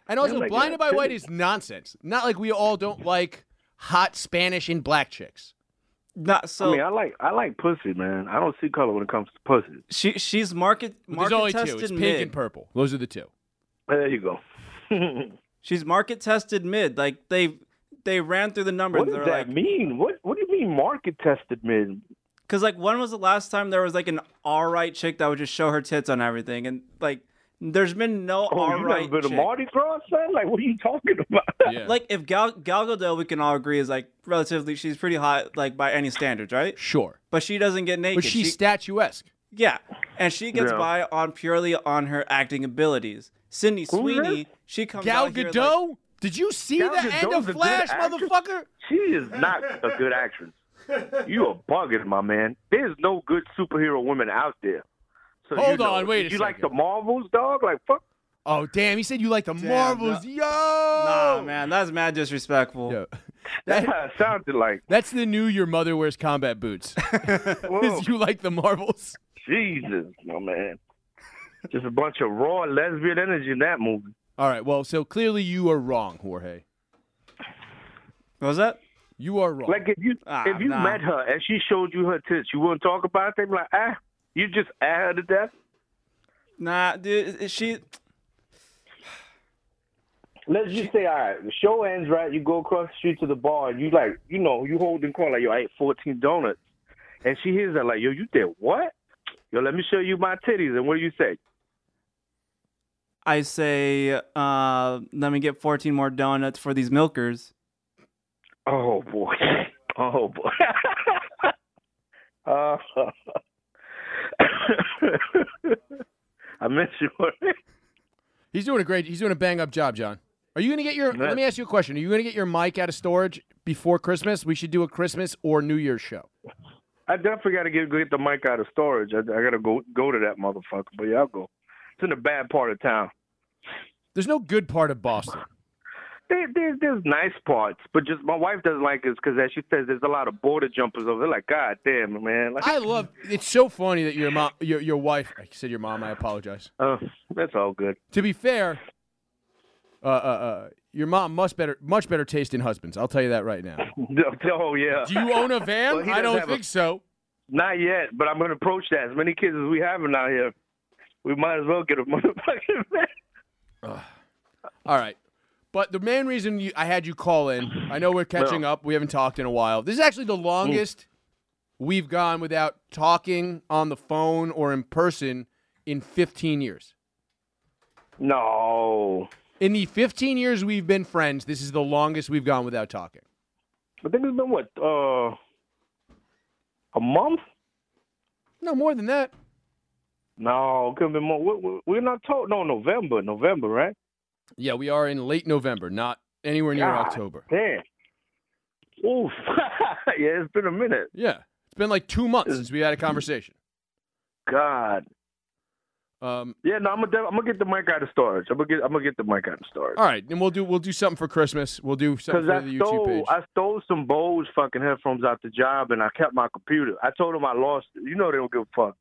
Speaker 1: And also,
Speaker 3: like
Speaker 1: blinded
Speaker 3: that,
Speaker 1: by white
Speaker 3: too.
Speaker 1: is nonsense. Not like we all don't like hot Spanish and black chicks.
Speaker 6: Not so.
Speaker 3: I mean, I like I like pussy, man. I don't see color when it comes to pussy.
Speaker 6: She she's market
Speaker 1: There's
Speaker 6: market
Speaker 1: only two.
Speaker 6: tested
Speaker 1: It's pink
Speaker 6: mid.
Speaker 1: and purple. Those are the two.
Speaker 3: There you go.
Speaker 6: she's market tested mid. Like they they ran through the numbers.
Speaker 3: what does
Speaker 6: They're
Speaker 3: that
Speaker 6: like,
Speaker 3: mean? What What do you mean market tested men?
Speaker 6: because like when was the last time there was like an all right chick that would just show her tits on everything and like there's been no
Speaker 3: Oh,
Speaker 6: all
Speaker 3: you
Speaker 6: right
Speaker 3: never been
Speaker 6: chick.
Speaker 3: to Mardi Gras, son? Like, what are you talking about?
Speaker 1: Yeah.
Speaker 6: Like if Gal Gal Gadot, we can all agree is like relatively she's pretty hot like by any standards, right?
Speaker 1: sure.
Speaker 6: But she doesn't get naked.
Speaker 1: But she's
Speaker 6: She-
Speaker 1: statuesque.
Speaker 6: Yeah, and she gets
Speaker 3: Yeah.
Speaker 6: by on purely on her acting abilities. Sydney
Speaker 3: Who is
Speaker 6: Sweeney, she comes
Speaker 1: Gal
Speaker 6: out here, like-
Speaker 1: Gadot? Did you see
Speaker 3: Gal
Speaker 1: the end of
Speaker 3: Gadot's a good
Speaker 1: Flash,
Speaker 3: actress.
Speaker 1: motherfucker?
Speaker 3: She is not a good actress. You are bugging, my man. There's no good superhero women out there. So
Speaker 1: Hold
Speaker 3: you know,
Speaker 1: on, wait
Speaker 3: did
Speaker 1: a
Speaker 3: you like the
Speaker 1: second.
Speaker 3: Marvels, dog? Like, fuck.
Speaker 1: Oh damn! He said you like the Marvels,
Speaker 6: no-
Speaker 1: yo.
Speaker 6: Nah, man, that's mad disrespectful.
Speaker 1: Yo,
Speaker 3: That's how it sounded like.
Speaker 1: that's the new your mother wears combat boots.
Speaker 3: Whoa,
Speaker 1: Is you like the Marvels?
Speaker 3: Jesus, my man. Just a bunch of raw lesbian energy in that movie.
Speaker 1: All right. Well, so clearly you are wrong, Jorge.
Speaker 6: What was that?
Speaker 1: You are wrong.
Speaker 3: Like if you
Speaker 6: Ah,
Speaker 3: if you
Speaker 6: nah.
Speaker 3: met her and she showed you her tits, you wouldn't talk about it. They'd be like, ah, you just add her to death.
Speaker 6: Nah, dude. is- She.
Speaker 3: Let's just say, all right, the show ends, right? You go across the street to the bar, and you like, you know, you holding court like, yo, I ate 14 donuts, and she hears that like, yo, you did what? Yo, let me show you my titties, and what do you say?
Speaker 6: I say, uh, let me get 14 more donuts for these milkers.
Speaker 3: Oh boy. Oh boy. uh, I miss you.
Speaker 1: He's doing a great. He's doing a bang up job, John. Are you going to get your?
Speaker 3: Yeah.
Speaker 1: Let me ask you a question. Are you going to get your mic out of storage before Christmas? We should do a Christmas or New Year's show.
Speaker 3: I definitely got to get get the mic out of storage. I, I got to go go to that motherfucker. But yeah, I'll go. It's in a bad part of town.
Speaker 1: There's no good part of Boston.
Speaker 3: There, there, there's nice parts, but just my wife doesn't like it because, as she says, there's a lot of border jumpers over there. Like, God damn, man. Like,
Speaker 1: I love. It's so funny that your mom, your your wife. I said your mom. I apologize.
Speaker 3: uh, that's all good.
Speaker 1: To be fair, uh, uh, uh, your mom must better, much better taste in husbands. I'll tell you that right now.
Speaker 3: Oh yeah.
Speaker 1: Do you own a van?
Speaker 3: Well, he
Speaker 1: I
Speaker 3: does
Speaker 1: don't
Speaker 3: have a-
Speaker 1: think so.
Speaker 3: Not yet, but I'm gonna approach that. As many kids as we have out here, we might as well get a motherfucking van.
Speaker 1: All right. But the main reason you, I had you call in, I know we're catching
Speaker 3: No.
Speaker 1: up. We haven't talked in a while. This is actually the longest we've gone without talking on the phone or in person in 15 years.
Speaker 3: No,
Speaker 1: In the 15 years we've been friends, this is the longest we've gone without talking.
Speaker 3: I think it's been what uh a month.
Speaker 1: No more than that.
Speaker 3: No, it could have been more. we- we- We're not told. No, November, November, right?
Speaker 1: Yeah, we are in late November, not anywhere near
Speaker 3: God
Speaker 1: October.
Speaker 3: Damn. Oof. yeah, it's been a minute.
Speaker 1: Yeah. It's been like 2 months since we had a conversation.
Speaker 3: God.
Speaker 1: Um
Speaker 3: Yeah, no, I'm gonna I'm gonna get the mic out of storage. I'm gonna get I'm gonna get the mic out of storage.
Speaker 1: all right, and we'll do we'll do something for Christmas. We'll do something
Speaker 3: Because
Speaker 1: for
Speaker 3: I
Speaker 1: the YouTube page.
Speaker 3: stole, I stole some Bose fucking headphones out the job, and I kept my computer. I told them I lost. it. You know they don't give a fuck.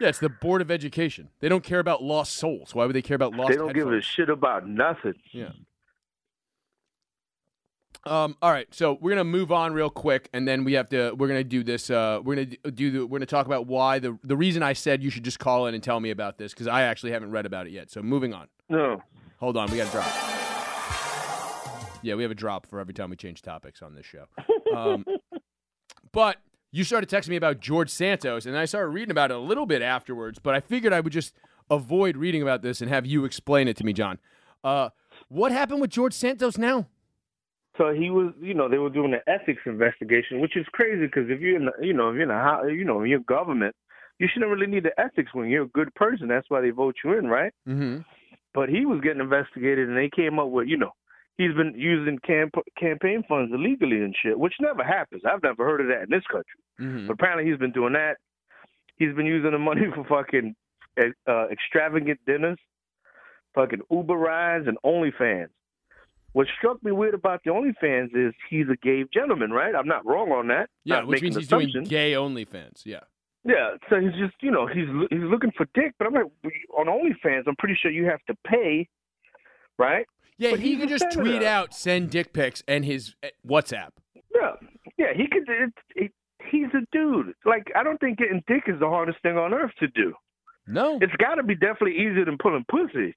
Speaker 1: Yeah, it's the Board of Education. They don't care about lost souls. Why would they care about lost?
Speaker 3: they don't give a
Speaker 1: headphones?
Speaker 3: shit about nothing.
Speaker 1: Um, all right, so we're gonna move on real quick, and then we have to. We're gonna do this. Uh, we're gonna d- do. The, we're gonna talk about why the the reason I said you should just call in and tell me about this because I actually haven't read about it yet. So moving on.
Speaker 3: No.
Speaker 1: Hold on, we got a drop. Yeah, we have a drop for every time we change topics on this show. Um, but you started texting me about George Santos, and I started reading about it a little bit afterwards. But I figured I would just avoid reading about this and have you explain it to me, John. Uh, what happened with George Santos now?
Speaker 3: So he was, you know, they were doing an ethics investigation, which is crazy because if you're in, the, you know, if you're in a, ho- you know, your government, you shouldn't really need the ethics when you're a good person. That's why they vote you in, right?
Speaker 1: Mm-hmm.
Speaker 3: But he was getting investigated, and they came up with, you know, he's been using camp- campaign funds illegally and shit, which never happens. I've never heard of that in this country.
Speaker 1: Mm-hmm.
Speaker 3: But apparently he's been doing that. He's been using the money for fucking uh, extravagant dinners, fucking Uber rides, and OnlyFans. What struck me weird about the OnlyFans is he's a gay gentleman, right? I'm not wrong on that.
Speaker 1: Yeah,
Speaker 3: Not
Speaker 1: which
Speaker 3: making
Speaker 1: means he's doing
Speaker 3: assumptions.
Speaker 1: gay OnlyFans. Yeah.
Speaker 3: Yeah, so he's just you know he's he's looking for dick, but I'm like on OnlyFans. I'm pretty sure you have to pay, right?
Speaker 1: Yeah,
Speaker 3: But
Speaker 1: he
Speaker 3: he's
Speaker 1: could
Speaker 3: a
Speaker 1: just tweet
Speaker 3: senator.
Speaker 1: out, send dick pics, and his eh, WhatsApp.
Speaker 3: Yeah, yeah. He could. It, it, he's a dude. Like I don't think getting dick is the hardest thing on earth to do.
Speaker 1: No.
Speaker 3: It's got to be definitely easier than pulling pussy.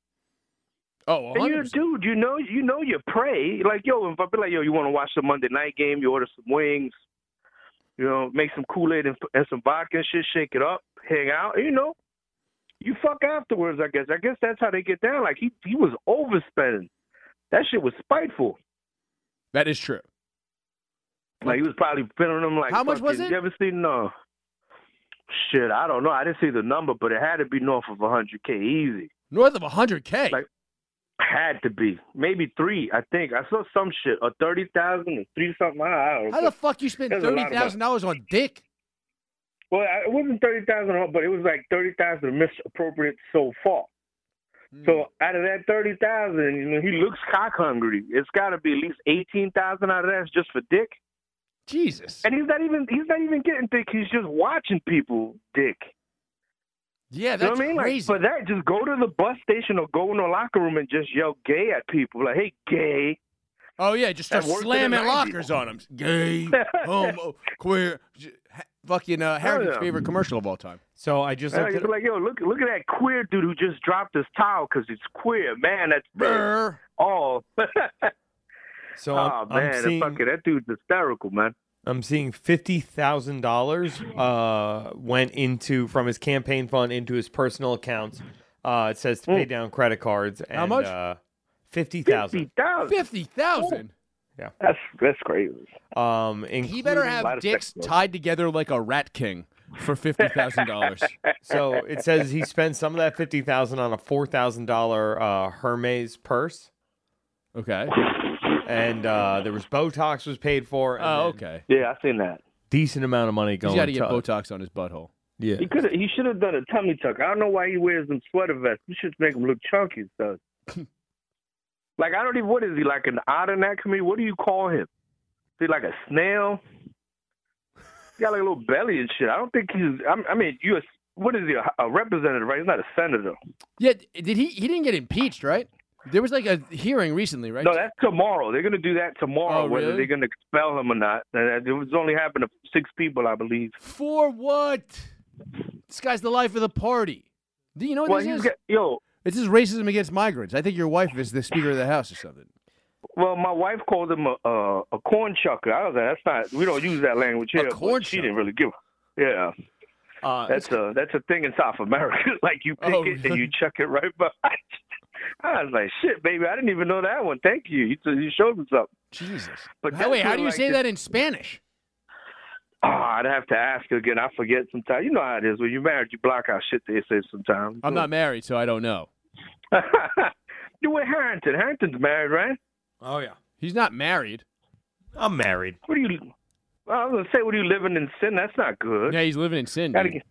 Speaker 1: Oh,
Speaker 3: And you're a
Speaker 1: 100%.
Speaker 3: dude. You know, you know, you pray. Like, yo, if I be like, yo, you want to watch the Monday night game? You order some wings. You know, make some Kool Aid and, and some vodka and shit. Shake it up, hang out. You know, you fuck afterwards. I guess. I guess that's how they get down. Like he, he was overspending. That shit was spiteful.
Speaker 1: That is true.
Speaker 3: Like he was probably spending them. Like
Speaker 1: How much was
Speaker 3: fucking-
Speaker 1: it?
Speaker 3: You ever seen no? Shit, I don't know. I didn't see the number, but it had to be north of 100k easy.
Speaker 1: North of 100K.
Speaker 3: Like- Had to be. Maybe three, I think. I saw some shit. Or 30,000 or three something. I don't know.
Speaker 1: How the fuck you spend
Speaker 3: There's a lot of
Speaker 1: $30,000 on dick?
Speaker 3: well, I- it wasn't 30,000, but it was like 30,000 misappropriate so far.
Speaker 1: Mm.
Speaker 3: So out of that 30,000, you know, he looks cock hungry. It's got to be at least 18,000 out of that's just for dick.
Speaker 1: Jesus.
Speaker 3: And he's not even he's not even getting dick. He's just watching people dick.
Speaker 4: Yeah,
Speaker 3: You know
Speaker 4: that's
Speaker 3: what I mean? Like
Speaker 4: crazy.
Speaker 3: for that, just go to the bus station or go in the locker room and just yell "gay" at people. Like, hey, gay.
Speaker 1: Oh yeah, just
Speaker 3: That
Speaker 1: start
Speaker 3: worked in the
Speaker 1: slamming
Speaker 3: 90s.
Speaker 1: lockers on them. Gay, homo, queer, j- ha- fucking uh, Harry's
Speaker 3: yeah.
Speaker 1: favorite commercial of all time.
Speaker 4: so I just
Speaker 3: Like,
Speaker 4: looked
Speaker 3: it's
Speaker 4: at,
Speaker 3: like, yo, look, look at that queer dude who just dropped his towel because it's queer. Man, that's bad.
Speaker 1: Brr.
Speaker 3: all. oh
Speaker 4: so
Speaker 3: man,
Speaker 4: I'm, I'm
Speaker 3: that
Speaker 4: seeing
Speaker 3: fucking, that dude's hysterical, man.
Speaker 4: I'm seeing
Speaker 2: fifty thousand dollars uh went into from his campaign fund into his personal accounts. Uh, it says to
Speaker 3: Oh.
Speaker 2: pay down credit cards. And,
Speaker 1: much?
Speaker 2: Uh, Fifty
Speaker 3: Fifty
Speaker 2: thousand.
Speaker 3: thousand.
Speaker 1: Fifty thousand.
Speaker 3: That's that's crazy.
Speaker 2: Um,
Speaker 1: He better
Speaker 2: including-
Speaker 1: have
Speaker 3: Lot of
Speaker 1: dicks
Speaker 3: sex work.
Speaker 1: tied together like a rat king for fifty thousand dollars.
Speaker 2: So it says he spent some of that fifty thousand on a four thousand thousand dollar uh Hermes purse,
Speaker 1: Okay.
Speaker 2: and uh, there was Botox was paid for. And
Speaker 1: Oh,
Speaker 2: then
Speaker 1: okay.
Speaker 3: Yeah, I seen that.
Speaker 2: Decent amount of money
Speaker 1: He's
Speaker 2: going.
Speaker 1: got to get
Speaker 2: to-
Speaker 1: Botox on his butthole.
Speaker 2: Yeah.
Speaker 3: He could he should have done a tummy tuck. I don't know why he wears them sweater vests. You should make him look chunky, son. like I don't even what is he like an otter committee? What do you call him? Is he like a snail? He got like a little belly and shit. I don't think he's. I'm, I mean, you. a- What is he? A, a representative, right? He's not a senator.
Speaker 1: Yeah. Did he? He didn't get impeached, right? There was like a hearing recently, right?
Speaker 3: No, that's tomorrow. They're gonna do that tomorrow.
Speaker 1: Oh,
Speaker 3: Whether
Speaker 1: really?
Speaker 3: they're gonna expel him or not. And It was only happened to six people, I believe.
Speaker 1: For what? This guy's the life of the party. Do you know what
Speaker 3: well,
Speaker 1: this
Speaker 3: he's
Speaker 1: is?
Speaker 3: got, yo.
Speaker 1: It's just racism against migrants. I think your wife is the Speaker of the House or something.
Speaker 3: Well, my wife called him a a, a corn chucker. I was like, that's not. We don't use that language here. but
Speaker 1: corn
Speaker 3: she
Speaker 1: chucker?
Speaker 3: didn't really give. A, yeah,
Speaker 4: uh,
Speaker 3: that's a that's a thing in South America. like you pick
Speaker 1: Oh,
Speaker 3: it and
Speaker 1: really?
Speaker 3: you chuck it right by. I was like, shit, baby. I didn't even know that one. Thank you. You, you showed me something.
Speaker 1: Jesus.
Speaker 3: But
Speaker 1: How, wait,
Speaker 3: that's
Speaker 1: how do you
Speaker 3: like
Speaker 1: say
Speaker 3: the-
Speaker 1: that in Spanish?
Speaker 3: Oh, I'd have to ask you again. I forget sometimes. You know how it is when you're married. You block out shit they say sometimes.
Speaker 1: I'm not married, so I don't know.
Speaker 3: you with Harrington. Harrington's married, right?
Speaker 4: oh yeah,
Speaker 1: He's not married.
Speaker 2: I'm married.
Speaker 3: What are you? Well, I was gonna say, what are you living in sin? That's not good.
Speaker 1: Yeah, he's living in sin.
Speaker 3: gotta
Speaker 1: dude.
Speaker 3: get,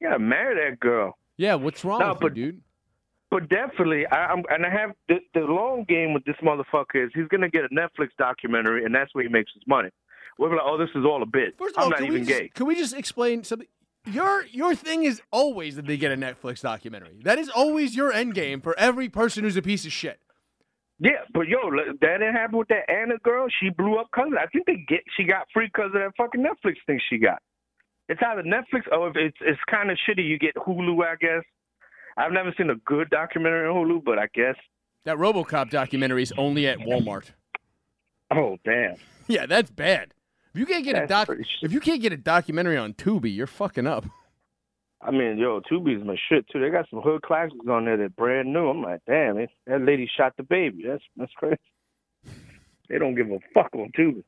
Speaker 3: you gotta marry that girl.
Speaker 1: Yeah, what's wrong
Speaker 3: No,
Speaker 1: with you,
Speaker 3: but-
Speaker 1: dude?
Speaker 3: But definitely, I, I'm and I have the, the long game with this motherfucker is he's gonna get a Netflix documentary, and that's where he makes his money. We're like, oh, this is all a bit.
Speaker 1: First of
Speaker 3: I'm
Speaker 1: all,
Speaker 3: not
Speaker 1: can,
Speaker 3: even
Speaker 1: we just,
Speaker 3: gay.
Speaker 1: can we just explain something? Your your thing is always that they get a Netflix documentary. That is always your end game for every person who's a piece of shit.
Speaker 3: Yeah, but yo, look, that didn't happen with that Anna girl. She blew up because I think they get she got free because of that fucking Netflix thing she got. It's either Netflix or if it's it's kind of shitty. You get Hulu, I guess. I've never seen a good documentary on Hulu, but I guess.
Speaker 1: That RoboCop documentary is only at Walmart.
Speaker 3: Oh damn.
Speaker 1: Yeah, that's bad. If you can't get a
Speaker 3: That's
Speaker 1: doc,
Speaker 3: pretty shit.
Speaker 1: if you can't get a documentary on Tubi, you're fucking up.
Speaker 3: I mean, yo, Tubi's my shit too. They got some hood classics on there that brand new. I'm like, damn, it, that lady shot the baby. That's that's crazy. They don't give a fuck on Tubi.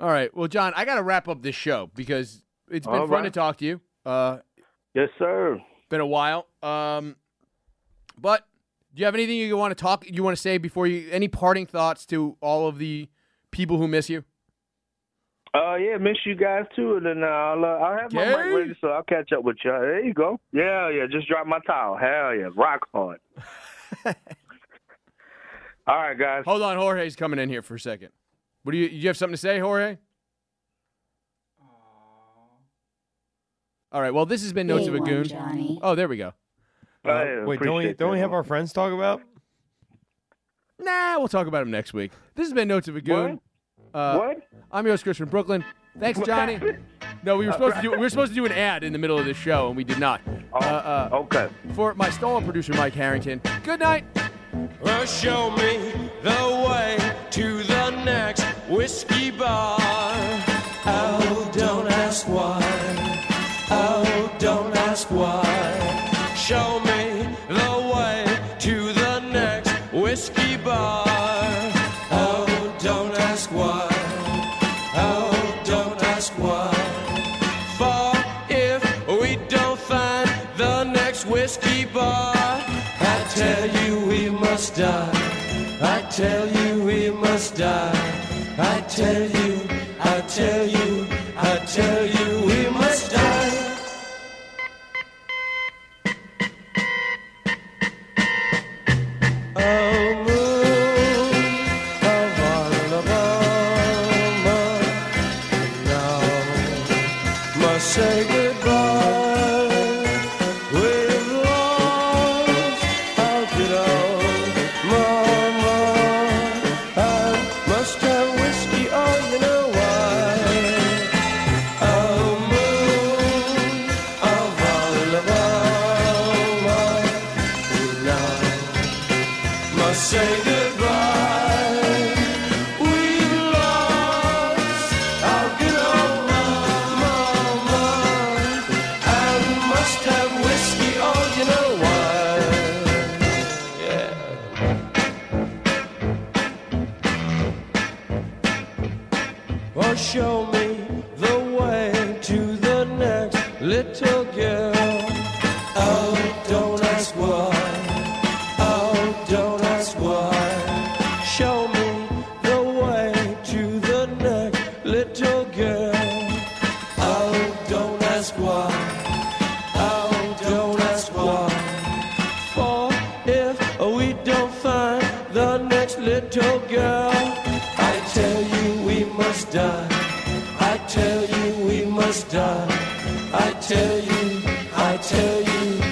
Speaker 1: All right, well, John, I got to wrap up this show because it's been
Speaker 3: All
Speaker 1: fun to
Speaker 3: right.
Speaker 1: talk to you. Uh,
Speaker 3: Yes, sir.
Speaker 1: been a while. Um, but do you have anything you want to talk? You want to say before you? Any parting thoughts to all of the people who miss you?
Speaker 3: Uh, yeah, miss you guys too. And then uh, I'll, uh, I'll have my
Speaker 1: Gary?
Speaker 3: mic ready, so I'll catch up with y'all. There you go. Yeah, yeah, just drop my towel. Hell yeah, rock hard. All right, guys.
Speaker 1: Hold on, Jorge's coming in here for a second. What do you? You have something to say, Jorge? All right. Well, this has been Notes of a Goon.
Speaker 7: Johnny.
Speaker 1: Oh, there we go.
Speaker 3: I
Speaker 2: Wait, don't we
Speaker 3: appreciate
Speaker 2: don't we
Speaker 3: that.
Speaker 2: have our friends talk about?
Speaker 1: Nah, we'll talk about him next week. This has been Notes of a Goon. Uh,
Speaker 3: what?
Speaker 1: I'm your host, Chris from Brooklyn. Thanks, Johnny. No, we were supposed to do we were supposed to do an ad in the middle of the show, and we did not.
Speaker 3: Oh.
Speaker 1: Uh, uh,
Speaker 3: Okay.
Speaker 1: for my stall producer, Mike Harrington. Good night.
Speaker 8: Well, show me the way to the next whiskey bar. Oh, don't ask why. Oh, don't ask why. Show me the way to the next whiskey bar. Oh, don't ask why. Oh, don't ask why. For if we don't find the next whiskey bar, I tell you we must die. I tell you we must die. I tell you, I tell you, I tell you we must die. Oh, moon of Alabama, now must say goodbye. We little girl. Oh, don't ask why. Oh, don't ask why. Show me the way to the next little girl. Oh, don't ask why. Oh, don't ask why. For if we don't find the next little girl, I tell you we must die. I tell you we must die. I tell you, I tell you,